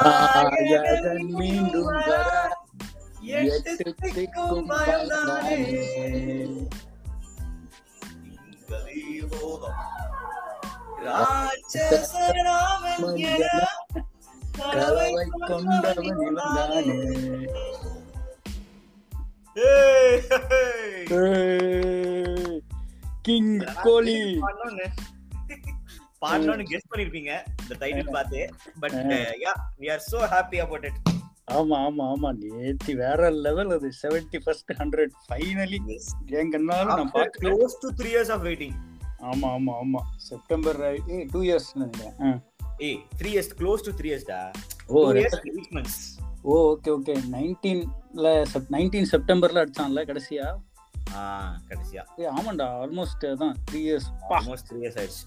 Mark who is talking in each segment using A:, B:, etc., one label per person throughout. A: நாயகன்
B: மீண்டும்
A: மீண்டும்
B: வர,
A: வர
B: எட்டு
A: எட்டு திக்கும்
B: திக்கும்
A: பயந்தானே
B: பயந்தானே.
A: ராட்சசனாமன் என
B: கதவை
A: கதவை
B: கொண்டவன்
A: கொண்டவன்
B: இவன்தானே.
A: இவன்தானே.
C: ஏய், ஹேய்.
B: ஏய், கிங் கோலி
C: பாடணும்னு பாடணும்னு கெஸ் பண்ணிருப்பீங்க இந்த டைட்டில் பார்த்து but yeah we are so happy about it
B: ஆமா ஆமா ஆமா நேத்தி வேற லெவல் அது செவன்டி ஃபர்ஸ்ட் ஹண்ட்ரட் ஃபைனலி எங்கன்னாலும் நான்
C: after
B: பார்க்கல
C: close to 3 years of waiting
B: ஆமா ஆமா ஆமா eh, செப்டம்பர் டூ இயர்ஸ் நினைக்கிறேன் ஆ.
C: ஏய் 3 years close to 3 years டா
B: ஓ
C: 2
B: ரெ-
C: years 8 months
B: ஓ ஓகே ஓகே நைன்டீன்ல நைன்டீன் செப்டம்பர்ல அடிச்சான்ல கடைசியா
C: ஆ கடைசியா
B: ஏய், ஆமாண்டா ஆல்மோஸ்ட் அதான் த்ரீ இயர்ஸ்
C: ஆல்மோஸ்ட் 3 years ஆயிடுச்சு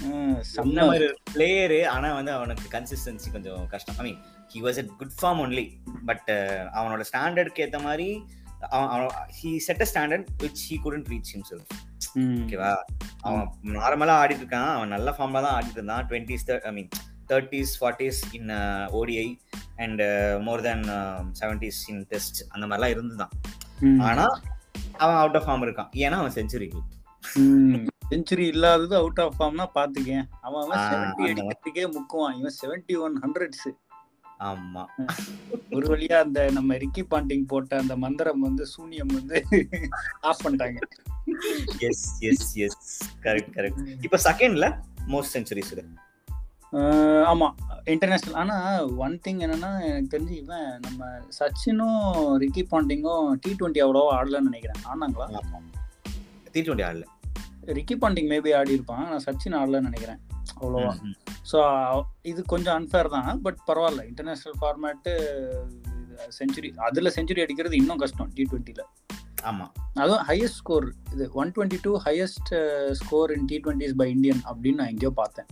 C: சொன்ன
B: செம்ம
C: மாதிரி பிளேயர் ஆனா வந்து அவனுக்கு கன்சிஸ்டன்சி கொஞ்சம் கஷ்டம் I mean he was at good form only but uh, அவனோட ஸ்டாண்டர்டுக்கு ஏத்த மாதிரி he set a standard which he couldn't reach himself
B: hmm.
C: ஓகேவா அவன் நார்மலா ஆடிட்டு இருக்கான் அவன் நல்ல ஃபார்ம்ல தான் ஆடிட்டு இருந்தான் twenties I mean thirties forties in ODI and more than seventies in test அந்த மாதிரிலாம் இருந்துதான்
B: ம்.
C: ஆனா அவன் அவுட் ஆஃப் ஃபார்ம் இருக்கான் ஏன்னா அவன் செஞ்சுரி
B: செஞ்சுரி இல்லாதது அவுட் ஆஃப் ஃபார்ம்னா பாத்துக்கேன் அவன்
C: ஆ,
B: செவன்டி
C: அந்த
B: அடிக்கிறதுக்கே முக்குவான் இவன் செவன்டி ஒன் ஹண்ட்ரட்ஸ்
C: ஆமா
B: ஒரு வழியா அந்த நம்ம ரிக்கி பாண்டிங் போட்ட அந்த மந்திரம் வந்து சூனியம் வந்து ஆஃப் பண்ணிட்டாங்க
C: yes yes yes correct correct இப்போ செகண்ட்ல மோஸ்ட் செஞ்சுரிஸ்
B: அஹ் ஆமா இன்டர்நேஷனல் ஆனா ஒன் திங் என்னன்னா எனக்கு தெரிஞ்சு இவன் நம்ம சச்சினும் ரிக்கி பாண்டிங்கும் டி டுவெண்ட்டி அவ்வளோவா ஆடலன்னு நினைக்கிறேன் ஆனாங்களா
C: டி டுவெண்ட்டி ஆடல
B: ரிக்கி பாண்டிங் மேபி ஆடி இருப்பான் ஆனா சச்சின் ஆடலன்னு நினைக்கிறேன் அவ்வளோவா
C: ம், ம்.
B: ஸோ இது கொஞ்சம் அன்ஃபேர் தான் பட் பரவாயில்ல இன்டர்நேஷ்னல் ஃபார்மேட்டு செஞ்சுரி அதில் செஞ்சுரி அடிக்கிறது இன்னும் கஷ்டம் டி ட்வெண்ட்டியில்
C: ஆமா
B: அதுவும் ஹையஸ்ட் ஸ்கோர் இது one twenty two highest score in T twenties by Indian அப்படின்னு நான் எங்கேயோ பார்த்தேன்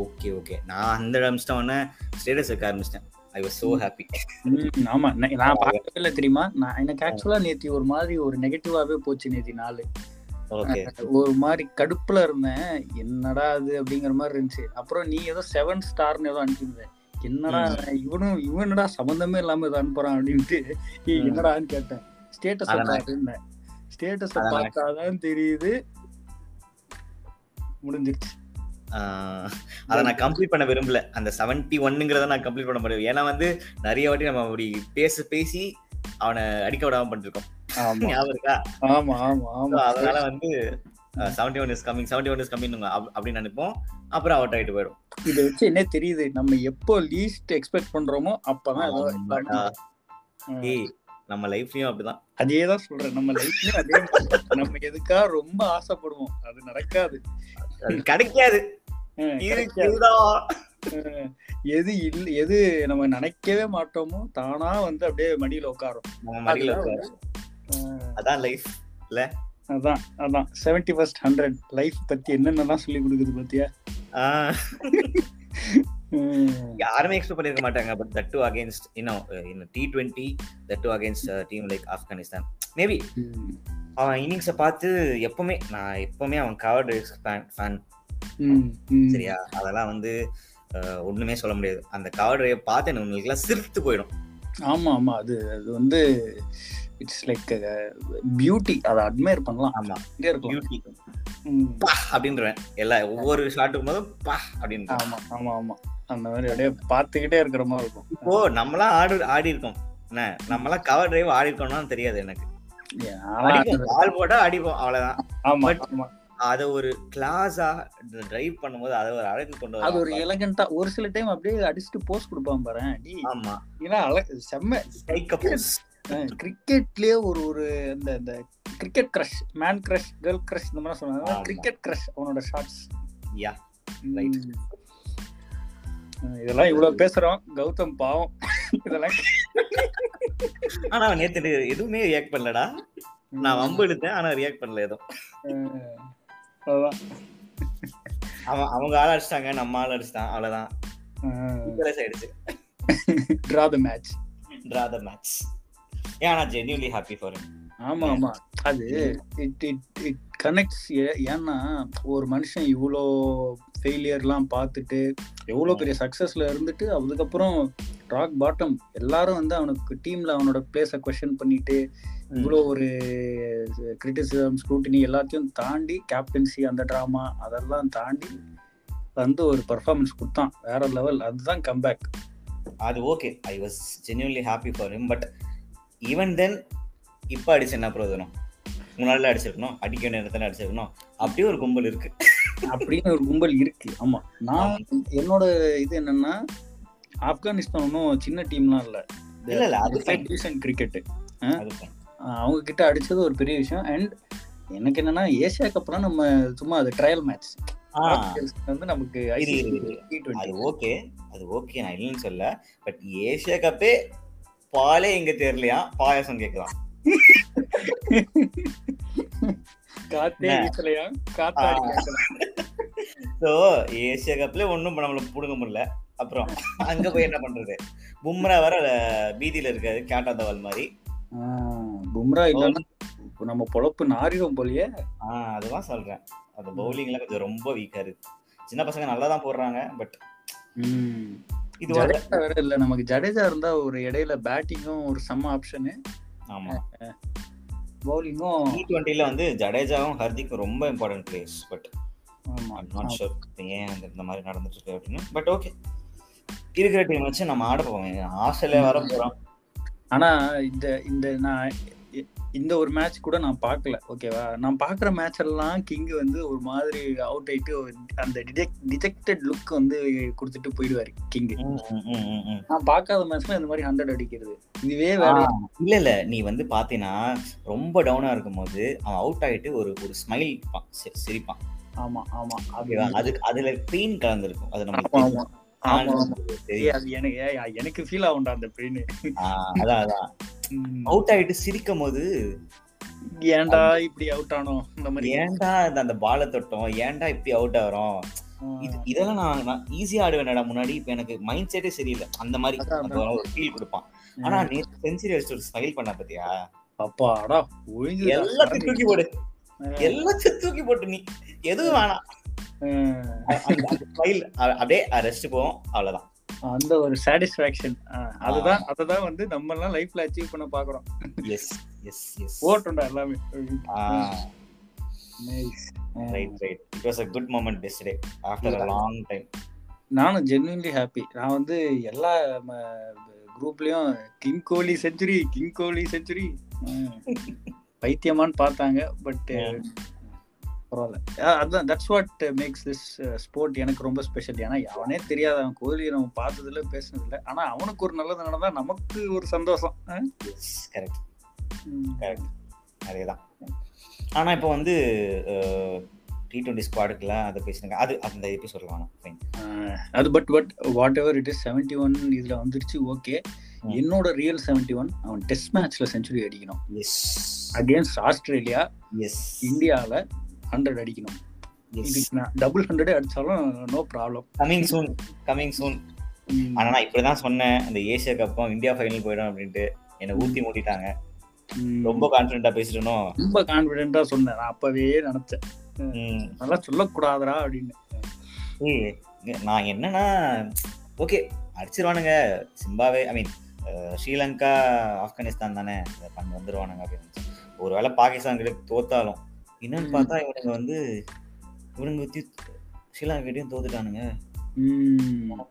C: ஓகே ஓகே நான் அந்த ஆரம்பிச்சிட்டோன்னே ஸ்டேட்டஸ் வைக்க ஆரம்பிச்சிட்டேன் ஐ வாஸ் சோ ஹாப்பி
B: ம், ஆமா நெ- நான் பார்க்கவே இல்லை தெரியுமா நான் எனக்கு ஆக்சுவலாக நேத்தி ஒரு மாதிரி ஒரு நெகட்டிவாகவே போச்சு நேத்தி நாள்
C: ஓகே
B: ஒரு மாதிரி கடுப்புல இருந்தேன் என்னடா அது அப்படிங்கிற மாதிரி இருந்துச்சு அப்புறம் நீ ஏதோ செவன் ஸ்டார்னு ஏதோ அனுப்பியிருந்த என்னடா இவனும் இவனடா சம்மந்தமே இல்லாம இதை அனுப்புறான் அப்படின்ட்டு ஏய்,
C: ம்.
B: என்னடான்னு கேட்டேன் ஸ்டேட்டஸ்
C: அதான்
B: பார்த்தேன் ஸ்டேட்டஸ்
C: அதான்
B: பார்த்தாதான் தெரியுது முடிஞ்சிருச்சு
C: ஆஹ் அதை நான் கம்ப்ளீட் பண்ண விரும்பல அந்த செவன்டி ஒன்னுங்கிறத நான் கம்ப்ளீட் பண்ண முடியும் ஏன்னா வந்து நிறைய வாட்டி நம்ம அப்படி பேச பேசி அவனை அடிக்க விடாம பண்ணிருக்கோம்
B: ஆமா
C: ஞாபகம் இருக்கா
B: ஆமா ஆமா
C: So,
B: ஆமா
C: அதனால வந்து seventy one is coming seventy one is coming அப்படின்னு நினைப்போம் அப்புறம் அவுட் ஆயிட்டு போயிடும்
B: இதை வச்சு என்ன தெரியுது நம்ம எப்போ லீஸ்ட் எக்ஸ்பெக்ட் பண்றோமோ அப்பதான் ஏதோ
C: ஆமாடா.
B: எல்லாமே ம்.
C: ஏய் நம்ம லைஃப்லயும் அப்படிதான்
B: அதே தான் சொல்றேன் நம்ம லைஃப்ல அதே மாதிரி. நம்ம எதுக்கா ரொம்ப ஆசைப்படுவோம் அது நடக்காது
C: அது கிடைக்காது
B: அஹ்
C: இது
B: கிடைக்காது.
C: இதுதான்.
B: அஹ் எது இல்ல எது நம்ம நினைக்கவே மாட்டோமோ தானா வந்து அப்படியே மடியில உட்காரும்
C: நம்ம மடியில
B: அதுதான்
C: உட்காரு. அதான் லைஃப்
B: அதான் அதான் செவன்டி ஃபர்ஸ்ட் ஹண்ட்ரட் லைஃப் பத்தி என்னென்னலாம் சொல்லி கொடுக்குது பாத்தியா உம்
C: யாருமே எக்ஸ்பெக்ட் பண்ணிருக்க மாட்டாங்க பட் தட் டூ அகைன்ஸ்ட் இன்னும் இன்னும் T twenty that too against team like Afghanistan maybe அவன் இன்னிங்ஸை பார்த்து எப்பவுமே நான் எப்பவுமே அவன் covered fan fan
B: um um
C: சரியா அதெல்லாம் வந்து அஹ், ஒண்ணுமே சொல்ல முடியாது அந்த கவர்டரை பார்த்து எனக்கு உங்களுக்குலாம் சிரித்து போயிடும்
B: ஆமா ஆமா அது அது வந்து இட்ஸ் லைக் பியூட்டி அதை அட்மையர் பண்ணலாம்
C: ஆமா
B: அப்படியே இருக்கலாம்
C: பியூட்டி
B: உம்
C: அப்படின்றவன் எல்லா ஒவ்வொரு ஷாட்டுக்கும் போதும் பா அப்படின்றான்
B: ஆமா ஆமா ஆமா அந்த மாதிரி அப்படியே பார்த்துக்கிட்டே இருக்கிற மாதிரி இருக்கும்
C: இப்போ நம்மளாம் ஆடு ஆடி இருக்கோம் என்ன நம்மளாம் கவர் டிரைவ் ஆடி இருக்கோம்னா தெரியாது எனக்கு
B: ஆனா
C: அடிப்போம் பால் போட்டா அடிப்போம் அவ்வளவுதான்
B: ஆமா
C: But-
B: ஆமா
C: அதை ஒரு கிளாஸா டிரைவ் பண்ணும்போது அதை ஒரு அழகு கொண்டு
B: அது ஒரு
C: வர
B: எலகண்டா ஒரு சில டைம் அப்படியே அடிச்சுட்டு போஸ்ட் கொடுப்பான் பாரு டி
C: ஆமா
B: ஏன்னா அழ- செம்ம
C: striker pose.
B: கிரிக்கெட்லயே ஒரு ஒரு அந்த அந்த cricket crush man crush girl crush இந்த மாதிரி சொன்னாங்க
C: ஆமா.
B: கிரிக்கெட் கிரஷ் அவனோட ஷாட்ஸ்
C: Yeah, right.
B: இதெல்லாம் இவ்வளவு பேசுறோம் கௌதம் பாவம் இதெல்லாம்
C: ஆனா அவன் நேத்து எதுவுமே ரியாக்ட் பண்ணலடா நான் வம்பு எடுத்தேன் ஆனா ரியாக்ட் பண்ணல எதுவும்
B: அஹ் அதான்.
C: அவன் அவங்க ஆள் அடிச்சிட்டாங்க நம்ம ஆள் அடிச்சிட்டான் அவ்வளவுதான்
B: அஹ்
C: equalize ஆயிடுச்சு
B: draw the match
C: draw the match ஏன் நான் ஜென்யூன்லி ஹாப்பி ஃபார்
B: ஆமா ஆமா அது இட் இட் இட் கனெக்ட்ஸ் ஏன்னா ஒரு மனுஷன் இவ்வளோ ஃபெயிலியர்லாம் பார்த்துட்டு எவ்வளோ பெரிய சக்ஸஸ்ல இருந்துட்டு அதுக்கப்புறம் ராக் பாட்டம் எல்லாரும் வந்து அவனுக்கு டீம்ல அவனோட பிளேஸை கொஸ்டின் பண்ணிட்டு இவ்வளோ ஒரு கிரிட்டிசிசம் ஸ்க்ரூட்டினி எல்லாத்தையும் தாண்டி கேப்டன்சி அந்த ட்ராமா அதெல்லாம் தாண்டி வந்து ஒரு பர்ஃபார்மன்ஸ் கொடுத்தான் வேற லெவல் அதுதான் கம்பேக்
C: அது okay I was genuinely happy for him but even then இப்போ அடிச்சு என்ன பிரயோஜனம் முன்னாடில அடிச்சிருக்கணும் அடிக்க வேண்டிய இடத்துல அடிச்சிருக்கணும் அப்படியே ஒரு கும்பல் இருக்கு
B: அப்படின்னு ஒரு கும்பல் இருக்கு ஆமா நான் என்னோட இது என்னன்னா ஆப்கானிஸ்தான் ஒன்றும் சின்ன டீம்லாம் இல்லை
C: இல்ல இல்ல அது fine.
B: டீசன்ட் கிரிக்கெட்டு
C: அது fine.
B: அவங்க கிட்ட அடிச்சது ஒரு பெரிய விஷயம் அண்ட் எனக்கு என்னன்னா ஏசியா கப்லாம் நம்ம சும்மா அது ட்ரையல் மேட்ச்
C: ஆ,
B: வந்து நமக்கு
C: இரு, இரு, இரு. அது ஓகே அது ஓகே நான் இல்லைன்னு சொல்ல பட் ஏசியா கப்பே பாலே எங்க தெரியலையா பாயாசம் கேட்கலாம்
B: காத்தே வீசலையா காத்தாடி கேட்கலாம்.
C: ஸோ ஏசியா கப்ல ஒன்றும் நம்மள பிடுங்க முடியல அப்புறம் அங்க போய் என்ன பண்றது பும்ரா வர அஹ், பீதியில இருக்காது கேட்டா தவால் மாதிரி
B: ஆ, பும்ரா இல்லைன்னா இப்ப நம்ம பொழப்பு நாரிடும் போலயே
C: ஆ அதுதான் சொல்றேன் அந்த பவுலிங்ல கொஞ்சம் ரொம்ப வீக்கா இருக்கு சின்ன பசங்க நல்லா தான் போடுறாங்க பட்
B: ம்.
C: இது வரல.
B: ஜடேஜா வேற இல்ல நமக்கு ஜடேஜா இருந்தா ஒரு இடையில பேட்டிங்கும் ஒரு செம்ம ஆப்ஷனு
C: ஆமா
B: பவுலிங்கும்
C: டி டுவெண்ட்டில வந்து ஜடேஜாவும் ஹர்திக்கும் ரொம்ப இம்பார்ட்டன்ட் பிளேஸ் பட்
B: ஆமா
C: ஐம் நாட் ஷோர் ஏன் அந்த- இந்த மாதிரி நடந்துட்டு இருக்கு அப்படின்னு பட் ஓகே இருக்கிற டீம் வச்சு நம்ம ஆட போவோம் ஆஸ்திரேலியா வர போறோம்
B: ஆனா இந்த இந்த நான் இ- இந்த ஒரு மேட்ச் கூட நான் பார்க்கல ஓகேவா நான் பார்க்குற மேட்ச் எல்லாம் கிங் வந்து ஒரு மாதிரி அவுட் ஆயிட்டு ஒரு அந்த டிஜெக்டட் லுக் வந்து கொடுத்துட்டு போயிடுவாரு கிங்
C: ம், ம், ம், ம், ம்.
B: நான் பார்க்காத மேட்ச்ல இந்த மாதிரி ஹண்ட்ரட் அடிக்கிறது இதுவே வேற
C: ஆ, இல்ல இல்ல நீ வந்து பாத்தீங்கன்னா ரொம்ப டவுனா இருக்கும்போது அவன் அவுட் ஆயிட்டு ஒரு ஒரு ஸ்மைல் சிரிப்பான்
B: ஆமா ஆமா அது
C: ஓகேவா அதுக்கு அதுல பெயின் கலந்துருக்கும் அது
B: ஆமா
C: நம்ம
B: ஆமா ஆமா, ஆமா. ஏய், அது எனக்கு ஏய், எனக்கு ஃபீல் ஆகும்டா அந்த பெயின்
C: அதான் அதான் அவுட் ஆயிட்டு சிரிக்கும் போது
B: ஏன்டா இப்படி அவுட் ஆனோம் இந்த மாதிரி
C: ஏன்டா இந்த- அந்த பாலை தொட்டோம் ஏன்டா இப்படி அவுட் ஆகிறோம் இது இதெல்லாம் நான் நான் ஈஸியா ஆடுவேன்டா முன்னாடி இப்போ எனக்கு மைண்ட் செட்டே சரியில்லை அந்த மாதிரி
B: அதான்,
C: அந்த ஒரு ஃபீல் கொடுப்பான் ஆனா
B: ஆனா
C: நேற்று செஞ்சுரி அடிச்சு ஒரு ஸ்மைல் பண்ண பத்தியா
B: அப்பாடா ஒழுங்கு
C: எல்லாத்தையும் தூக்கி போடு எல்லாத்தையும் தூக்கி போட்டு நீ எதுவும் வேணாம் அந்த- அந்த smile, அ- அப்படியே ரெஸ்ட் போவோம் அவ்வளவுதான்
B: அந்த ஒரு சாட்டிஸ்பாக்சன் அதுதான் அததான் வந்து நம்ம எல்லாம் லைஃப்ல அச்சீவ் பண்ண பாக்குறோம்
C: எஸ் எஸ் எஸ்
B: ஓட்டுண்டா எல்லாமே Nice. ஆ.
C: Right right it was a good moment best day after a long time
B: நானும் ஜென்வின்லி ஹாப்பி நான் வந்து எல்லா குரூப்லயும் king Kohli century king Kohli century பைத்தியமான்னு பார்த்தாங்க பட் பரவாயில்ல அஹ் அதான் that's what makes this sport எனக்கு ரொம்ப ஸ்பெஷல் ஏன்னா அவனே தெரியாத அவன் கோலி நம்ம பார்த்ததுல பேசினதில்ல ஆனா அவனுக்கு ஒரு நல்லது நடந்தா நமக்கு ஒரு சந்தோஷம் அஹ்?
C: எஸ் கரெக்ட்
B: உம்.
C: Correct. அதே தான் ஆனால் இப்போ வந்து டி டுவெண்ட்டி ஸ்குவாடுக்குலாம் அதை பேசினாங்க அது அந்த எபிசோட் வேணாம் ஃபைன்
B: அஹ் அது but but whatever it is seventy one இதுல வந்துருச்சு ஓகே
C: ம்.
B: என்னோட ரியல் செவன்டி ஒன் அவன் டெஸ்ட் மேட்ச்ல செஞ்சுரி அடிக்கணும்
C: எஸ்
B: அகேன்ஸ்ட் ஆஸ்திரேலியா
C: எஸ்
B: இந்தியால ஹண்ட்ரட் அடிக்கணும் இதுக்கு நான் டபுள் ஹண்ட்ரடே அடிச்சாலும் no problem
C: coming soon coming soon ஆனால் நான் இப்படி தான் சொன்னேன் இந்த ஏசியா கப்பும் இந்தியா ஃபைனல் போயிடும் அப்படின்ட்டு என்னை ஊத்தி மூடிட்டாங்க ரொம்ப கான்ஃபிடென்ட்டாக பேசிட்டனும்
B: ரொம்ப கான்பிடென்டா சொன்னேன் நான் அப்பவே நினைச்சேன் நல்லா சொல்லக்கூடாதுடா அப்படின்னு
C: நான் என்னன்னா ஓகே அடிச்சிருவானுங்க Zimbabwe I mean Sri Lanka Afghanistan தானே இதை பண்ணி வந்துருவானுங்க அப்படின்னு நினைச்சேன். ஒருவேளை பாகிஸ்தான் கிட்ட தோத்தாலும் என்னன்னு
B: ம்.
C: பார்த்தா இவனுங்க வந்து இவனுங்க தி- ஸ்ரீலங்கா கிட்டயும் தோத்துட்டானுங்க
B: உம்.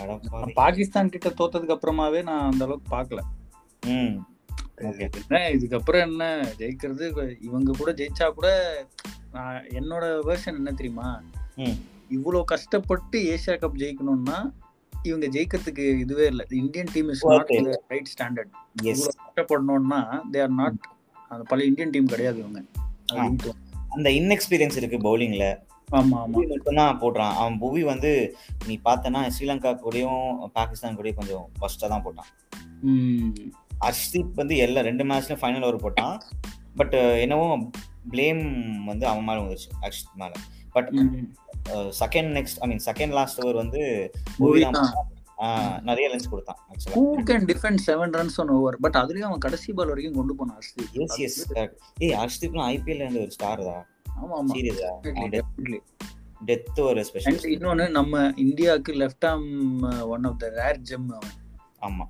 C: அடப்பாவி.
B: பாகிஸ்தான் கிட்ட தோத்ததுக்கு அப்புறமாவே நான் அந்த அளவுக்கு பார்க்கல
C: ம் Okay.
B: என்ன இதுக்கப்புறம் என்ன ஜெயிக்கிறது இவங்க கூட ஜெயிச்சா கூட நான் என்னோட வேர்ஷன் என்ன தெரியுமா
C: ம்.
B: இவ்வளோ கஷ்டப்பட்டு ஏசியா கப் ஜெயிக்கணும்னா இவங்க ஜெயிக்கிறதுக்கு இதுவே இல்லை Indian team is
C: Okay.
B: Not right standard
C: yes
B: இவ்வளோ கஷ்டப்படணும்னா தே ஆர் நாட் அந்த பழைய இந்தியன் டீம் கிடையாது இவங்க அப்படின்னு தோணும்.
C: அந்த இன்எக்ஸ்பீரியன்ஸ் இருக்கு பவுலிங்ல
B: ஆமா ஆமா
C: புவி மட்டும்தான் போடுறான் அவன் புவி வந்து நீ பார்த்தனா ஸ்ரீலங்கா கூடயும் பாகிஸ்தான் கூடயும் கொஞ்சம் ஃபர்ஸ்டா தான் போட்டான்
B: உம்.
C: அர்ஷ்தீப் வந்து எல்லா ரெண்டு மேட்ச்லயும் ஃபைனல் ஓவர் போட்டான் பட் என்னவோ ப்ளேம் வந்து அவன் மேல வந்துருச்சு அர்ஷித் மேல uh, but
B: um.
C: Second next I mean second last over வந்து
B: புவி
C: புவி தான்
B: தான்.
C: போட்டான். ஆ, நிறைய ரன்ஸ் கொடுத்தான்
B: who can defend seven runs one over but அதுலயும் அவன் கடைசி பால் வரைக்கும் கொண்டு போனான் ஹர்ஷ்தீப்
C: எஸ் எஸ் ஏய் ஹர்ஷ்தீப்லாம் ஐபிஎல்ல இருந்து ஒரு ஸ்டார் தான்
B: ஆமா ஆமா
C: சீரியஸா
B: definitely, definitely.
C: டெத் ஒரு
B: And
C: ஸ்பெஷல்
B: இன்னொன்னு நம்ம இந்தியாவுக்கு uh, left arm one of the rare gem அவன்
C: ஆமா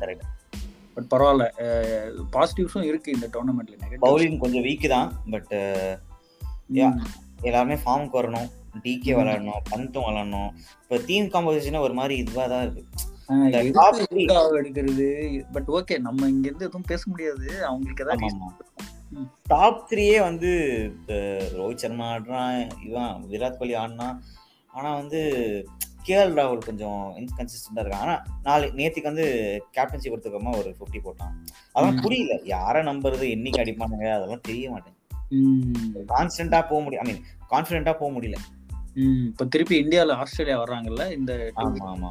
C: Correct.
B: பட் பரவாயில்ல பாசிட்டிவ்ஸும் இருக்கு இந்த டோர்னமெண்ட்ல
C: பவுலிங் கொஞ்சம் வீக் தான் பட் Yeah. எல்லாருமே ஃபார்முக்கு வரணும் டிகே விளாடணும் பந்தும் விளாடணும் இப்போ டீம் காம்போசிஷனா ஒரு மாதிரி இதுவா தான் இருக்கு இந்த top three.
B: எடுக்கிறது பட் ஓகே நம்ம இங்க இருந்து எதுவும் பேச முடியாது அவங்களுக்கு
C: ஆமா,
B: ஏதாவது
C: ஆமா.
B: ம்.
C: டாப் த்ரீயே வந்து இப்ப ரோஹித் சர்மா ஆடுறான் இவன் விராட் கோலி ஆடினான் ஆனா வந்து கேஎல் ராகுல் கொஞ்சம் இன்கன்சிஸ்டண்டா இருக்கான் ஆனா நாளை நேத்திக்கு வந்து கேப்டன்சி கொடுத்துக்கமா ஒரு 50 போட்டான் அதெல்லாம்
B: ம்.
C: புரியல யாரை நம்புறது என்னைக்கு அடிப்பானுங்க அதெல்லாம் தெரிய மாட்டேங்குது
B: ம்,
C: கான்ஸ்டன்டா போக முடியும் ஐ மீன் கான்ஃபிடென்ட்டா போக முடியல
B: ம். இப்ப திருப்பி இந்தியால ஆஸ்திரேலியா வர்றாங்கல்ல இந்த two
C: ஆமா ஆமா ஆமா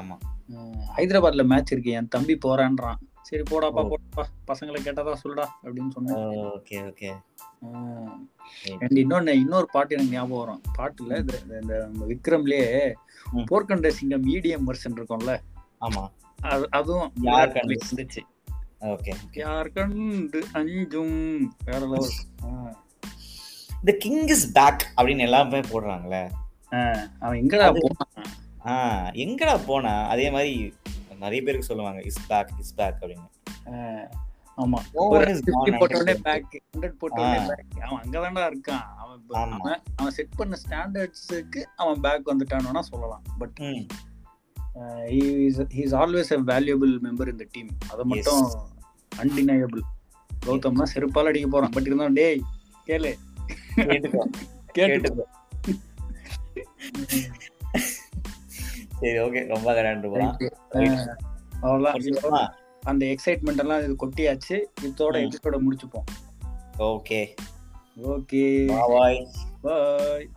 C: ஆமா
B: அஹ் ஹைதராபாத்ல மேட்ச் இருக்கு என் தம்பி போறான்றான் சரி போடாப்பா
C: ஓ.
B: போடாப்பா பசங்களை கேட்டதா சொல்டா அப்படின்னு சொன்னேன்
C: ஓகே ஓகே
B: அஹ் and இன்னொன்னு இன்னொரு பாட்டு எனக்கு ஞாபகம் வரும் பாட்டுல இந்த இந்த நம்ம விக்ரம்லயே
C: ம்.
B: போர்க்கண்ட சிங்கம் E மீடியம் வருஷன் இருக்கும்ல
C: ஆமா
B: அது- அதுவும்
C: யார் கண்டு?
B: இருந்துச்சு
C: ஓகே
B: யார் கண்டு அஞ்சும் வேற லெவல் அஹ்
C: இந்த கிங் இஸ் பேக் அப்படின்னு எல்லாமே போடுறாங்களே
B: அவன் எங்கடா
C: அது-
B: போனான்
C: ஆ எங்கடா போனா அதே மாதிரி நிறைய பேருக்கு சொல்லுவாங்க இஸ் பேக் இஸ் பேக் அப்படின்னு
B: அஹ் ஆமா
C: No
B: ஒரு
C: one is
B: 50
C: gone,
B: போட்ட உடனே
C: 100%.
B: back, 100 போட்ட உடனே
C: ஆ.
B: back. அவன் அங்கதான்டா இருக்கான் அவன் இப்ப-
C: ஆமா.
B: அவன்- அவன் செட் பண்ண ஸ்டாண்டர்ட்ஸுக்கு அவன் பேக் வந்துட்டான்னா சொல்லலாம் uh, பட்
C: ம்,
B: he's always a valuable member இந்த டீம் அதை மட்டும் அன்டினையபிள் கௌதம்னா செருப்பால் அடிக்க போறான் பட் இருந்தாலும் டேய் கேளு
C: கேட்டுக்கோ,
B: கேட்டு
C: கேட்டுக்கோ. சரி ஓகே ரொம்ப கரெக்ட் போலாம்
B: அஹ், Uh, அவ்வளவுதான் இதோட
C: முடிச்சுக்கலாமா?
B: அந்த எக்ஸைட்மெண்ட் எல்லாம் இது கொட்டியாச்சு இதோட
C: ம்.
B: எபிசோட முடிச்சுப்போம்
C: ஓகே
B: ஓகே
C: பாய்
B: பாய்